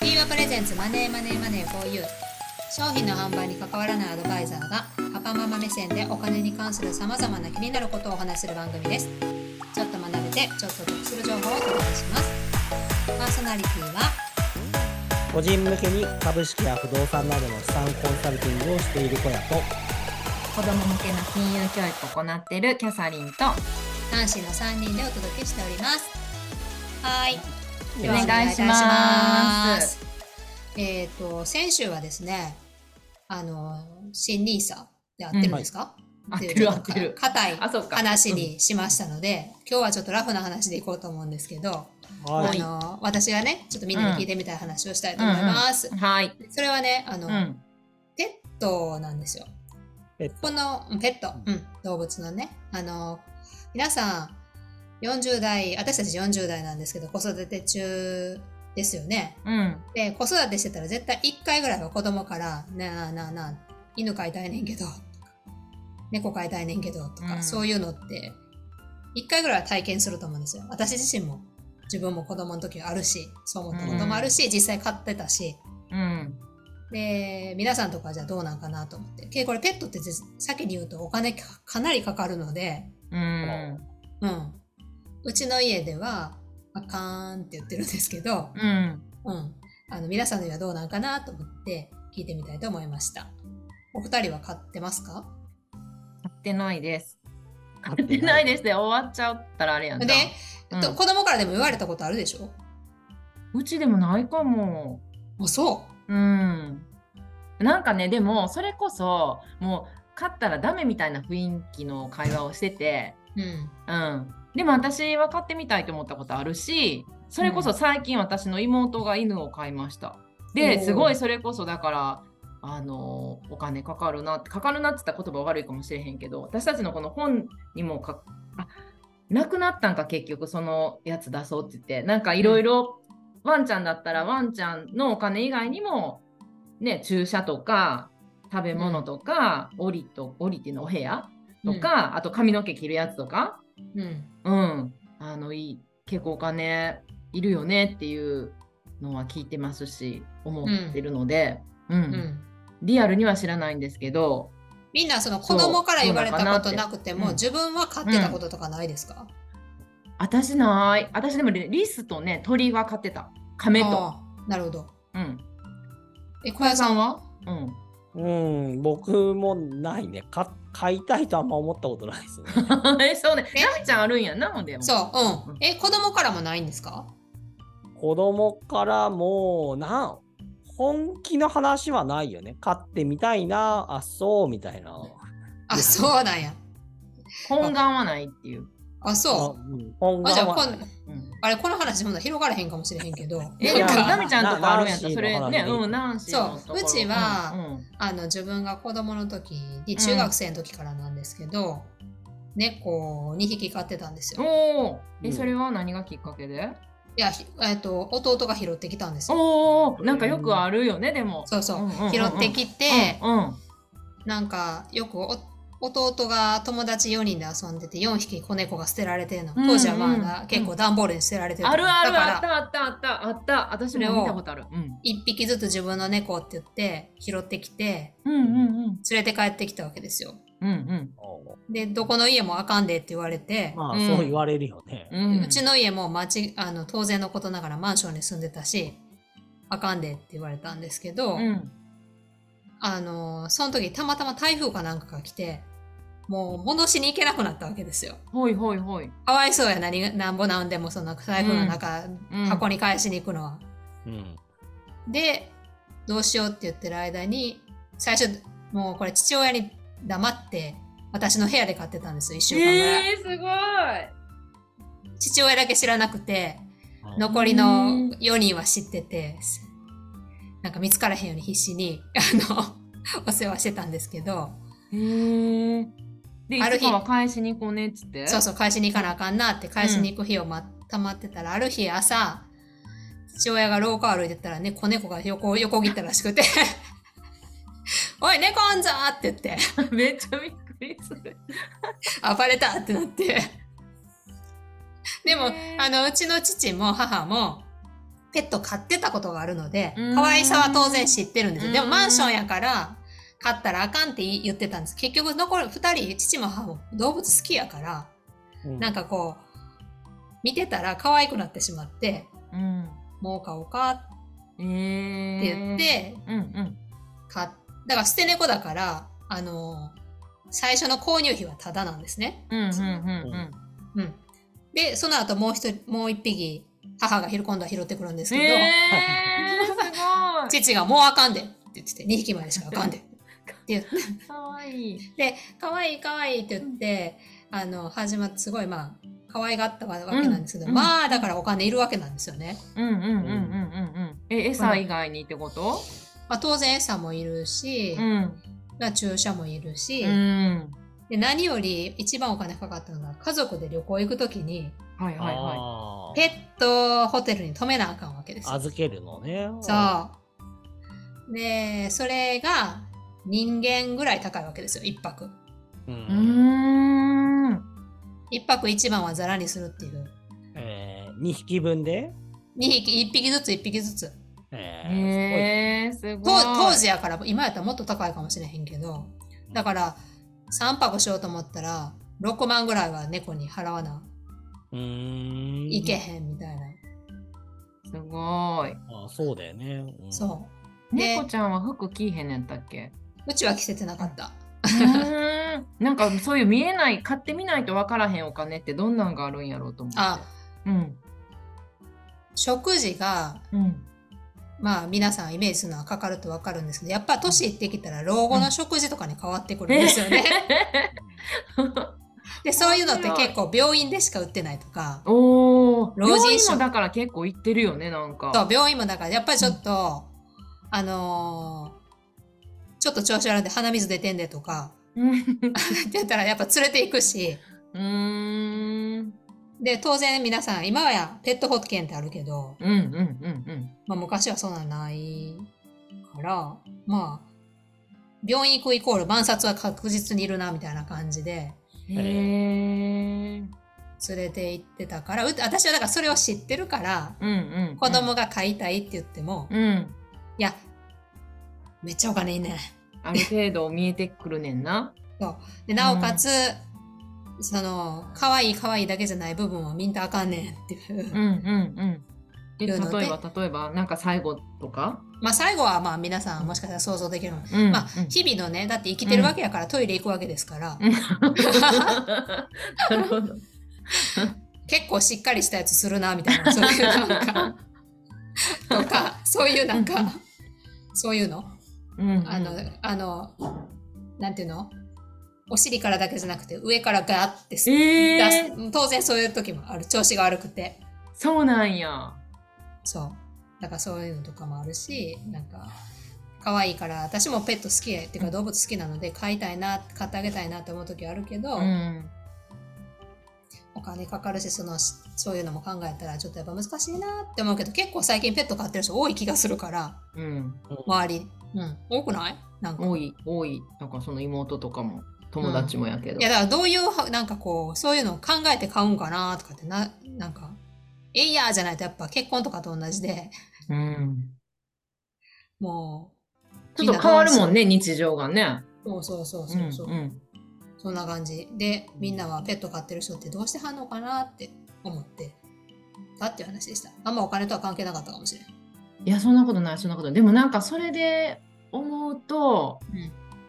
オプレゼンツマネーマネーマネー 4U 商品の販売に関わらないアドバイザーがパパママ目線でお金に関するさまざまな気になることをお話しする番組ですちょっと学べてちょっと得する情報をお届けしますパーソナリティは個人向けに株式や不動産などの資産コンサルティングをしている小屋と子供向けの金融教育を行っているキャサリンと男子の3人でお届けしておりますはいお願いします。えっ、と先週はですねあの新ニーサで合ってるんですか、合ってる合ってる。硬いあ、そうか。話にしましたので、今日はちょっとラフな話でいこうと思うんですけど、はあい、の私がねちょっとみんなに聞いてみたい話をしたいと思います、うんはい。それはねあの、うん。ペットなんですよペットこのうんペット、うん、動物のねあの皆さん40代私たち40代なんですけど子育て中ですよねうん。で子育てしてたら絶対1回ぐらいは子供から「なあなあなあ犬飼いたいねんけど」とか「猫飼いたいねんけど」とか、うんそういうのって1回ぐらいは体験すると思うんですよ私自身も自分も子供の時はあるしそう思ったこともあるし、実際飼ってたしうん。で皆さんとかじゃあどうなんかなと思ってけこれペットってぜ先に言うとお金かかなりかかるので、うん。うん、うちの家では「あかーん」って言ってるんですけどうん。うん、あの皆さんの家はどうなんかなと思って聞いてみたいと思いました。お二人は買ってますか買ってないです。買買っっなていてないですで終わっちゃったらあれやんなで、うんと子供からでも言われたことあるでしょうちでもないかも。あそうん。なんかね、でもそれこそもう勝ったらダメみたいな雰囲気の会話をしてて、う、うん、うん。でも私は買ってみたいと思ったことあるし、それこそ最近私の妹が犬を飼いました。おで、ーすごいそれこそだから、あのお金かかるなってかかるなって言ったら言葉悪いかもしれへんけど私たちのこの本にもかあなくなったんか結局そのやつ出そうって言ってなんかいろいろワンちゃんだったらワンちゃんのお金以外にもね注射とか食べ物とか、檻と檻っていうのお部屋とか、あと髪の毛切るやつとかうん、うん、あのいい結構お金いるよねっていうのは聞いてますし思ってるので、うんうん、うん。リアルには知らないんですけどみんなその子供から言われたことなくても、そう自分は買ってたこととかないですか、私ない私でもリリスとね鳥は飼ってた亀と、ああなるほど。うんえ、小屋さんはうん、う ん僕もないねか買いたいとあんま思ったことないですねえそうねえなみちゃんあるんやなのでもそう、ううんん。え、子供からもないんですか子供からもうなん本気の話はないよね買ってみたいなあそうみたいなあ、そうなんや。懇願はないっていう、あ、あ、そうん、本う。あ、じゃ願あ、こはんうん、あれ、この話、ほんなら広がらへんかもしれへんけど。えいでやもなんかなみちゃんとかあるんやったならそれナンシねーの話うんナンシーのところそううちはうんあの自分が子供の時に中学生の時からなんですけど、猫を2匹飼ってたんですうんよ。おおうえんそれは何がきっかけでいや、ひえっと弟が拾ってきたんですよ。おおなんかよくあるよねでもそうそうう、んうんうんうん拾ってきて、うんうんなんかよくお弟が友達4人で遊んでて4匹子猫が捨てられてるの。うんうん当時はまだ結構段ボールに捨てられてるのあるあるだあっからたあったあったあった私も見たことある。うん1匹ずつ自分の猫って言って拾ってきてうんうん連れて帰ってきたわけですよ。うんうんで、どこの家もあかんでって言われて、まあ、うんそう言われるよね、うんうちの家も町あの当然のことながらマンションに住んでたしあかんでって言われたんですけど、うんあのその時たまたま台風かなんかが来てもう戻しに行けなくなったわけですよ。ほいほいほい。かわいそうや何がなんぼなんでもその台風の中、うん箱に返しに行くのは。うんでどうしようって言ってる間に最初もうこれ父親に黙って私の部屋で飼ってたんですよ1週間ぐらい。えー、すごい。父親だけ知らなくてあ残りうのん4人は知っててなんか見つからへんように必死にあの お世話してたんですけどへーでいあるつ日かは返しに行こうねっつって。そうそう返しに行かなあかんなって返しに行く日をまたまってたら、ある日朝父親が廊下を歩いてたらね子猫が横横切ったらしくて 「おい猫あんぞ!」って言って めっちゃびっくりする。暴れたってなってでもへーあのうちの父も母もペット飼ってたことがあるのでうん、可愛さは当然知ってるんですよ。でもうんマンションやから、飼ったらあかんって言ってたんです。結局残る二人、父も母も動物好きやから、うんなんかこう、見てたら可愛くなってしまって、うん。もう飼おうかってええ言っ、て、うんうん。買っだから捨て猫だから、あの最初の購入費はタダなんですね。うんうんうんうん。うん。で、その後もう一人、もう一匹、母が今度は拾ってくるんですけど、えー、すごい。父がもうあかんでって言ってて、2匹までしかあかんで。って言って、 かわいい。で、可愛い可愛いって言って、あの、始まって、すごいまあ、可愛がったわけなんですけど、うんまあ、だからお金いるわけなんですよね。うんうんうんうんうんうん。え、餌以外にってことまあ、当然餌もいるし、うん。まあ注射もいるし、うん。で、何より一番お金かかったのが、家族で旅行行くときに、はいはいはあーペットホテルに泊めなあかんわけですよ。預けるのね。そう。で、それが人間ぐらい高いわけですよ、一泊。う。い。うんーん。一泊一番はザラにするっていう。えー、2匹分で、二匹、一匹ずつ一匹ずつ。えーえー、すごい。当当時やから、今やったらもっと高いかもしれへんけど、だから3泊しようと思ったら、6万ぐらいは猫に払わな、すごい。うーん。いけへんみたいな。すごい。あそうだよね。うんそで猫ちゃんは服着いへんねんだっけ う。うちは着せてなかった。うーんなんかそういう見えない買ってみないと分からへんお金ってどんなんがあるんやろうと思って。あ、うん食事がうんまあ皆さんイメージするのはかかるとわかるんですけどやっぱ年いってきたら老後の食事とかに変わってくるんですよね。でそういうのって結構病院でしか売ってないとかおお。老病人院賞もだから結構行ってるよねなんか。と病院もだからやっぱりちょっと、あのーちょっと調子悪いんで鼻水出てんでとかうんって言ったらやっぱ連れていくしうーんで当然皆さん今はやペット保険ってあるけど、うんうんうんまあ、昔はそんなんないからまあ病院行くイコール万札は確実にいるなみたいな感じで。うん。へえ。連れて行ってたからう私はだからそれを知ってるからうんうん。子供が飼いたいって言っても、うん。いやめっちゃお金いいねんある程度見えてくるねんな。でなおかつ、その可愛い可愛いだけじゃない部分を見んとあかんねんっていう、うんうんうん。えい例えうのでば例えばなんか最後とか。まあ最後はまあ皆さんもしかしたら想像できるの、うんまあ日々のねだって生きてるわけやからトイレ行くわけですから、うん なるほど。結構しっかりしたやつするなみたい なそういうなんかとかそういうなんかそういうのうんあの、あの、なんていうのお尻からだけじゃなくて、上からガーってす、え出えす当然そういう時もある。調子が悪くて。そうなんや。そう。だからそういうのとかもあるし、なんか、可愛いから、私もペット好きや、っていうか動物好きなので、飼いたいな、飼ってあげたいなって思う時あるけど、うん。お金かかるし、その、しそういうのも考えたら、ちょっとやっぱ難しいなって思うけど、結構最近ペット飼ってる人多い気がするから、うん。周り。うん。多くないなんか。多い、多い。なんかその妹とかも、友達もやけど。いやだからどういうはなんかこうそういうのを考えて買うんかなとかってななんか「えいや」じゃないとやっぱ結婚とかと同じでうん。もちょっと変わるもんみね、日常がね。うそうそうそうそうそう、ん。そんな感じでみんなはペット飼ってる人ってどうしてはんのかなって思ってたっていう話でしたあんまお金とは関係なかったかもしれないいや、そんなことない、そんなことない。でもなんかそれで思うと、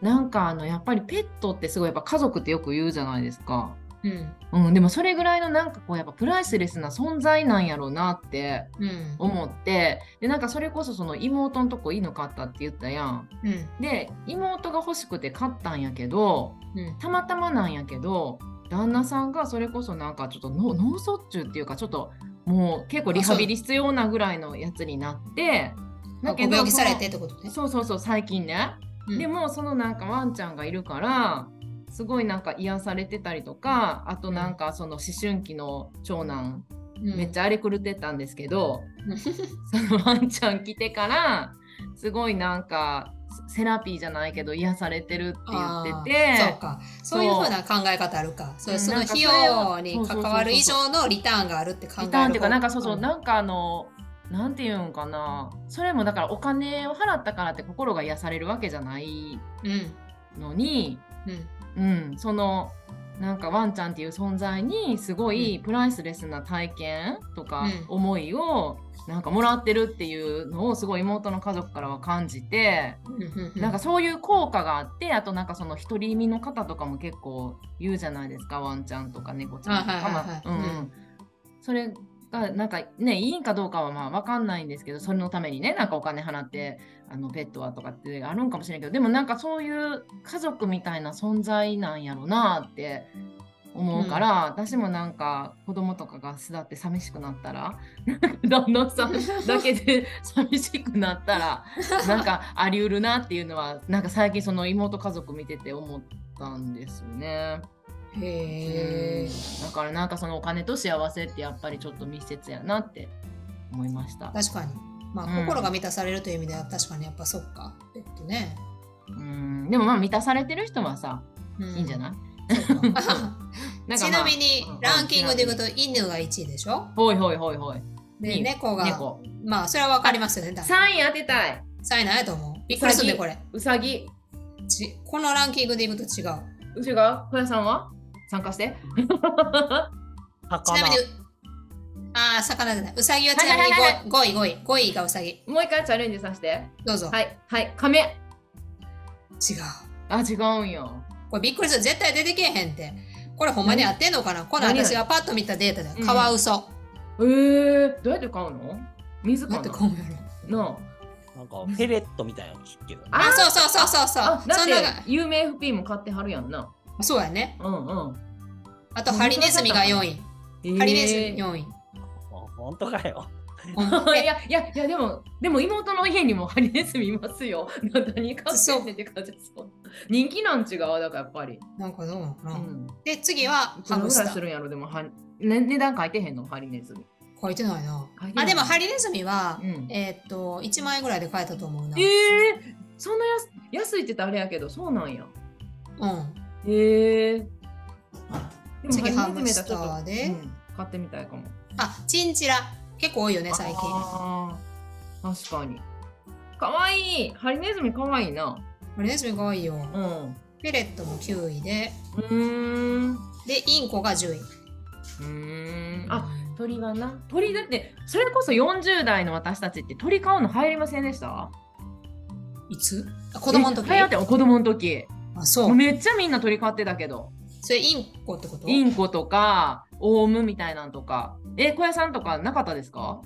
なんかあの、やっぱりペットってすごい、やっぱ家族ってよく言うじゃないですか。うんうんうん、でもそれぐらいのなんかこう、やっぱプライスレスな存在なんやろうなってうん思って、で、なんかそれこそその妹のとこ犬飼ったって言ったやん。うんで妹が欲しくて買ったんやけどうんたまたまなんやけど旦那さんがそれこそなんかちょっと脳脳卒中っていうかちょっともう結構リハビリ必要なぐらいのやつになってあだごけど病気されてってことねそうそうそう最近ね、うんでもそのなんかワンちゃんがいるからすごいなんか癒されてたりとかあとなんかその思春期の長男、うんめっちゃ荒れ狂ってたんですけど、うん そのワンちゃん来てからすごいなんかセラピーじゃないけど癒されてるって言ってあてーそうかそういうふうな考え方あるかそううそのなんかそ費れ用はに関わる以上のリターンがあるって考えるリターンっていうかなんかそうそう、んなんかあのなんていうんかなそれもだからお金を払ったからって心が癒されるわけじゃないうんのに、うんうん、そのなんかワンちゃんっていう存在にすごいうプライスレスな体験とかうん思いをなんかもらってるっていうのをすごい妹の家族からは感じて、うんうんなんかそういう効果があってあとなんかその独り身の方とかも結構言うじゃないですかワンちゃんとか猫ちゃんとかあはいはいはいまあうんうんうんそれがなんかねいいんかどうかはまあ分かんないんですけどそれのためにねなんかお金払ってあのペットはとかってあるんかもしれんけどでもなんかそういう家族みたいな存在なんやろなって思うから、私もなんか子供とかが巣立って寂しくなったら なんか旦那さんだけで寂しくなった らなんかありうるなっていうのはなんか最近その妹家族見てて思ったんですよね。へえだからなんかそのお金と幸せってやっぱりちょっと密接やなって思いました。確かにまあ、うん心が満たされるという意味では確かにやっぱそっかえっとね、うんでもまあ満たされてる人はさういいんじゃないい、そうか なんかちまなあみにうんランキングで言うと犬が1位でしょほいほいほいほいで二位猫が猫まあそれはわかりますよね多分3位当てたい3位なんやと思うびびっくっくりりすするるねねこれうさぎちこのランキングで言うと違うちなうちが小屋さんは参加して魚みにああ魚じゃないうさぎはちなみにはいはいはい5位5位5位がうさぎもう一回チャレンジさせてどうぞ、はいはい亀違うあ違うんよこれびっくりする絶対出てけえへんってこれほんまに合ってんのかなこの何私がパッと見たデータだうよんカワウソえー、どうやって買うの水だかっなてこうやろのなんかフェレットみたいなの聞くけどね。あそうそうそうそうそうあだそんながって有名 FP も買ってはるやんなそうやねうんうんあとハリネズミが4位えーハリネズミ4位あ本当かよ。ほんまいやいやいやでもでも妹の家にもハリネズミいますよ。 何買ってんねんって感じそう。人気なん違うだからやっぱり。なんかどうなのかうな、ん。で次はハどのムぐスらいタすーるんやろでもは、ね、値段書いてへんのハリネズミ。書いてないな書いてなあいでもハリネズミは、うん。ええーっと1万円ぐらいで買えたと思うな、えそんな安安いって言ったらあれやけどそうなんや。うんええで次ハネムスターで、うん買ってみたいかも。あチンチラ結構多いよね最近ハあー確かに。可愛いハリネズミ可愛いな。リネズミが多いよ、うフん。うェレットも9位でーん。でインコが10位うーんあ鳥はな鳥だってそれこそ40代の私たちって鳥買うの入りませんでしたいつあ子供の時え流行って子供の時あそうめっちゃみんな鳥買ってたけどそれインコってことインコとかオウムみたいなんとかえ小屋さんとかなかったですか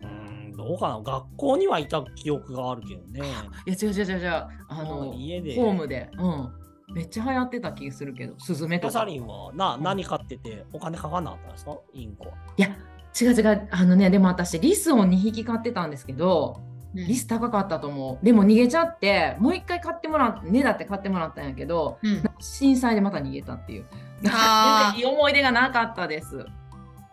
うーんどうかな学校にはいた記憶があるけどね。いや違う違う違う違うあのもう家でホームでうんめっちゃ流行ってた気がするけどスズメとキャサかリンはなうん何買っててお金かかんなかったんですかインコは。違う違うあのねでも私リスを2匹買ってたんですけどうんリス高かったと思うでも逃げちゃってもう一回買ってもらってねだって買ってもらったんやけどうん震災でまた逃げたっていう。あー 全然いい思い出がなかったです。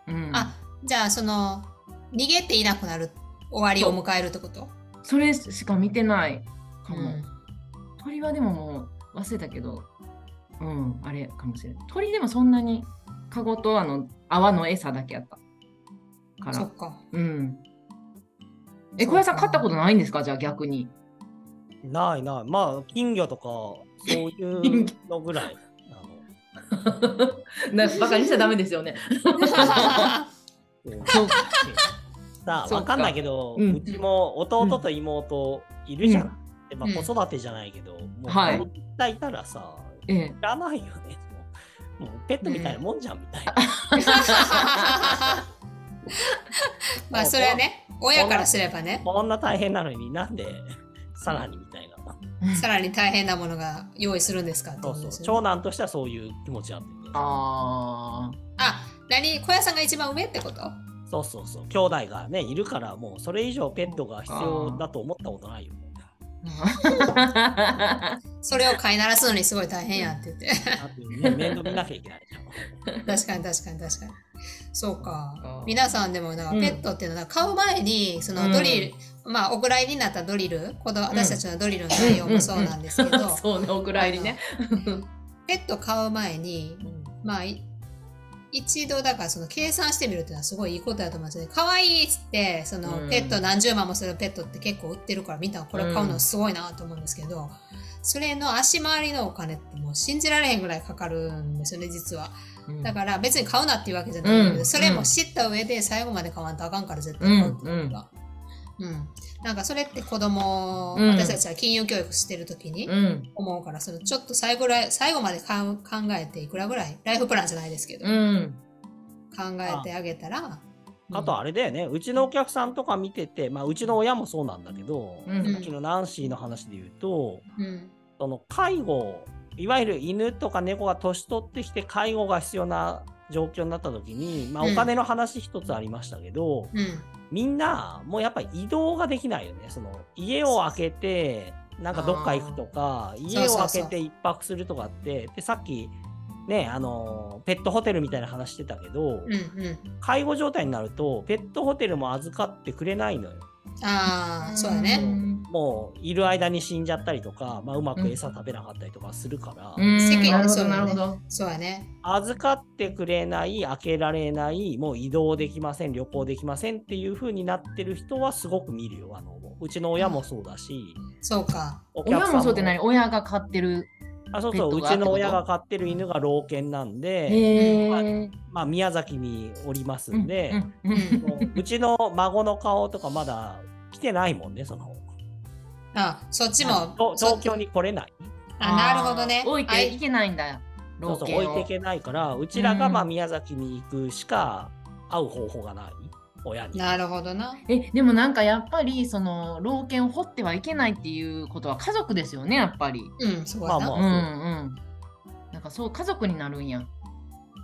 うん、あじゃあその逃げていなくなる終わりを迎えるってことそれしか見てないかも。うん鳥はでももう忘れたけど、うん、あれかもしれない。鳥でもそんなにカゴとあの泡の餌だけやったかそらっ。かうん。え、そうか小林さん、買ったことないんですかじゃあ 逆に。ないない。まあ金魚とかそういうのぐ らい。あのなバカにしちゃダメですよね。うん そうさあそうかわかんないけど、ううんちも弟と妹いるじゃん。うでまあうん子育てじゃないけど、もうはい一体いたらさ、ええいらないよね。 もうもうペットみたいなもんじゃんみたいな。まあそれはね親からすればねこんな大変なのになんでさらにみたいな。さらに大変なものが用意するんですかってこそうとそでうすよね長男としてはそういう気持ちなんで、ね。ああ何小屋さんが一番上ってことそうそうそう。兄弟がね、いるから、もうそれ以上ペットが必要だと思ったことないよ。あ。それを飼いならすのにすごい大変やって言ってだってね、面倒見なきゃいけないじゃん。確かに確かに確かにそうかあー皆さんでもなんかペットっていうのは飼う前にそのドリル、まあお蔵入りになったドリルこの私たちのドリルの内容も そうなんですけど、そうね、お蔵入りね。ペット飼う前に、まあい一度だからその計算してみるっていうのはすごいいいことだと思うんですよね。可愛いっつってそのうんペット何十万もするペットって結構売ってるから見たらこれ買うのすごいなと思うんですけど、それの足回りのお金ってもう信じられへんぐらいかかるんですよね実は。うんだから別に買うなっていうわけじゃないんだけど、うんそれも知った上で最後まで買わんとあかんから絶対買うっていうのが。うんなんかそれって子供、うん私たちは金融教育してる時にうん思うから、そのちょっと最後らい最後までかん考えていくらぐらいライフプランじゃないですけど、うん考えてあげたら、あとあれだよね、うちのお客さんとか見てて、まあ、うちの親もそうなんだけど、うんさっきのナンシーの話で言うと、うん、その介護、いわゆる犬とか猫が年取ってきて介護が必要な状況になった時に、まあ、うんお金の話一つありましたけど、うん、みんなもうやっぱり移動ができないよね。その家を開けてなんかどっか行くとか家を開けて一泊するとかってでさっきねあのペットホテルみたいな話してたけど、うん、うん。介護状態になるとペットホテルも預かってくれないのよ。ああ、そうやね。もういる間に死んじゃったりとか、まあ、うまく餌食べなかったりとかするから、うん世間なるほそうどだねなるほどそうやね。預かってくれない開けられないもう移動できません旅行できませんっていう風になってる人はすごく見るよあのうちの親もそうだし、そうか。お客親さんもそうって何親が飼ってるあそうペそッうトうがってちことの親が飼ってる犬が老犬なんで、へえまあ、宮崎におりますんで、うんうんもううちの孫の顔とかまだ来てないもんねそのあ、そっちも。あとそ東京に来れないあ、なるほどね。置いあていけないんだそう老そう犬を置いていけないからうちらがうんまあ宮崎に行くしか会う方法がない親に。なるほどな。えでもなんかやっぱりその老犬を掘ってはいけないっていうことは家族ですよねやっぱりうん、そうやな。まあまうあんうんなんかそう家族になるんや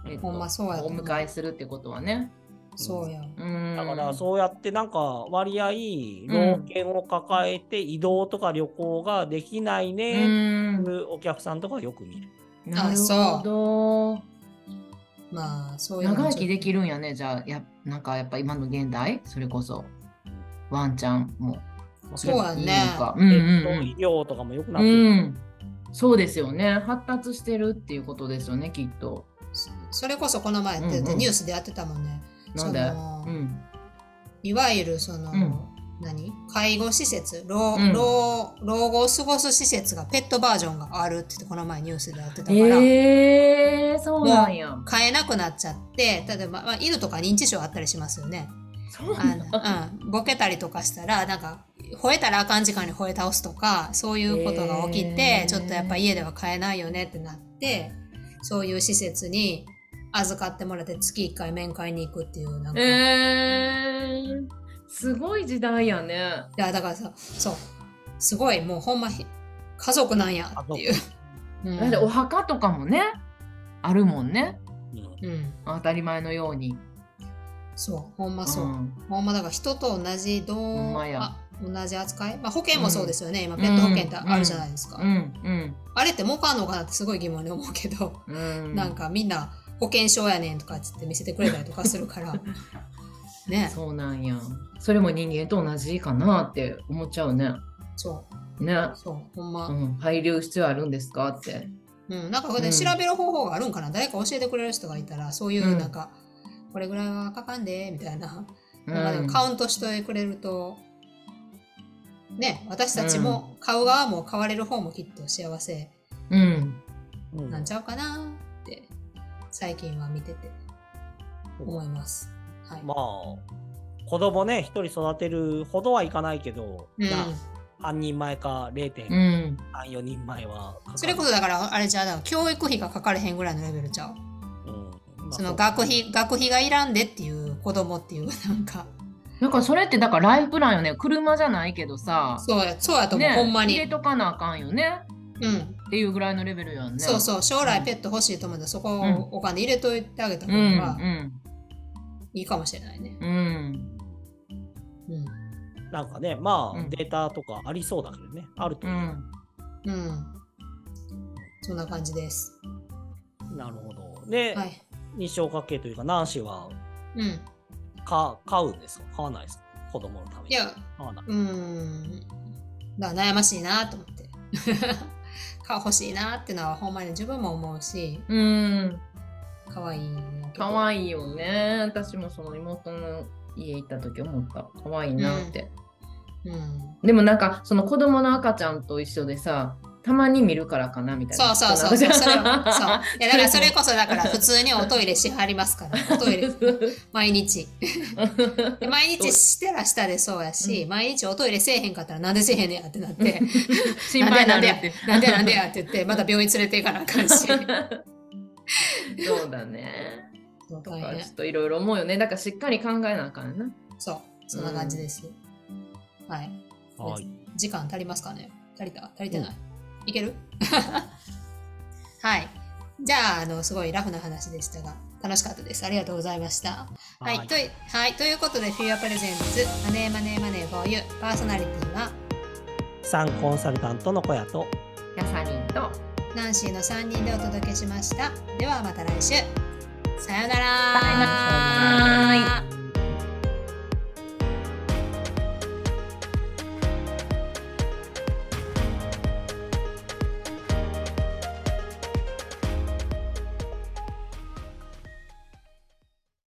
えっとほんまそうやとお思う迎えするってことはねそうや。うんだからそうやってなんか割合老犬を抱えて移動とか旅行ができないうねってんいうお客さんとかよく見る。なるほどまあ、そういうの長もち生ょっときできるんやねじゃあやなんかやっぱ今の現代それこそワンちゃんもそうやねいいのかうペんッうんうトん医療とかもよくなってうる。ん、そうですよね。発達してるっていうことですよね、きっと。それこそこの前ってうんうんニュースでやってたもんね。なんでそのうん。いわゆるその、うん何介護施設老,、うん老老後を過ごす施設がペットバージョンがあるって言ってこの前ニュースでやってたから、えー、そうなんや。飼えなくなっちゃって例えば、まあ、犬とか認知症あったりしますよね。そうあなんだ。のうん、ボケたりとかしたらなんか吠えたらあかん時間に吠え倒すとかそういうことが起きて、へーちょっとやっぱ家では飼えないよねってなってそういう施設に預かってもらって月1回面会に行くっていうなんか。えー、すごい時代やね。いやだからさそうすごいもうほんまひ家族なんやっていう。うんだってお墓とかもね、あるもんね。うんうん、当たり前のように。そうほんまそう、んほんまだから人と同じどほんうまやあ同じ扱い、まあ、保険もそうですよね、今ペット保険ってあるじゃないですか、うんあれって儲かんのかなってすごい疑問に思うけど、うん。うん、なんかみんな保険証やねんとかっつって見せてくれたりとかするからねそうなんや。それも人間と同じかなって思っちゃうね。そねう。そうほんま、ううんん、配慮必要あるんですかって。なんかこれうん調べる方法があるんかな、誰か教えてくれる人がいたらそういうなんか、これぐらいはかかんでみたいなうまあでもんカウントしてくれると、ね、私たちも買う側も買われる方もきっと幸せうん、うんなんちゃうかなって最近は見てて思います。はい。まあ子供ね一人育てるほどはいかないけど、うんまあ半人前か0.34、うん。 4人前はかかるそれこそだからあれじゃあ教育費がかかれへんぐらいのレベルちゃう。うんまあその学費学費がいらんでっていう子供っていうなんかなんかそれってだからライフプランよね車じゃないけどさそうやそうやと思う、ねほんま入れに。とかなあかんよねうん。っていうぐらいのレベルやんねそううそう将来ペット欲しいと思ったらそこうんをお金入れといてあげた方んうがんいいかもしれないね。うんうん。なんかねまあ、うんデータとかありそうだけどねあるとう思う、んうん。そんな感じです。なるほどで、はい。日照家系というかナンシーはうん。か買うんですか買わないですか子供のためにいや、買わないうーん。だから悩ましいなと思って。 顔欲しいなってのはほんまに自分も思うし、うん可愛いのけど可愛いよね。私もその妹の家行った時思った。可愛いなって。うんでもなんかその子供の赤ちゃんと一緒でさ、たまに見るからかなみたいそな。うそうそうそうそれも そういやだからそれもこそだから普通におトイレしはりますから おトイレ毎日で毎日してらしたでそうやし、うん毎日おトイレせえへんかったらなんでせえへんねやってな って心配になるって。なんでやなんでやって言ってまた病院連れて行かなあかん しそうだね。そうと大か変ちょっといろいろ思うよね。だからしっかり考えなあかんな。 そうそんな感じです、はいはい。時間足りますかね足りた足りてない、いける はいじゃああのすごいラフな話でしたが楽しかったですありがとうございましたはい、といはい、ということでフューアプレゼンツマネーマネーマネー for you パーソナリティはさんコンサルタントの小屋と、キャサリンと。ナンシーの3人でお届けしましたではまた来週さようならバイバイ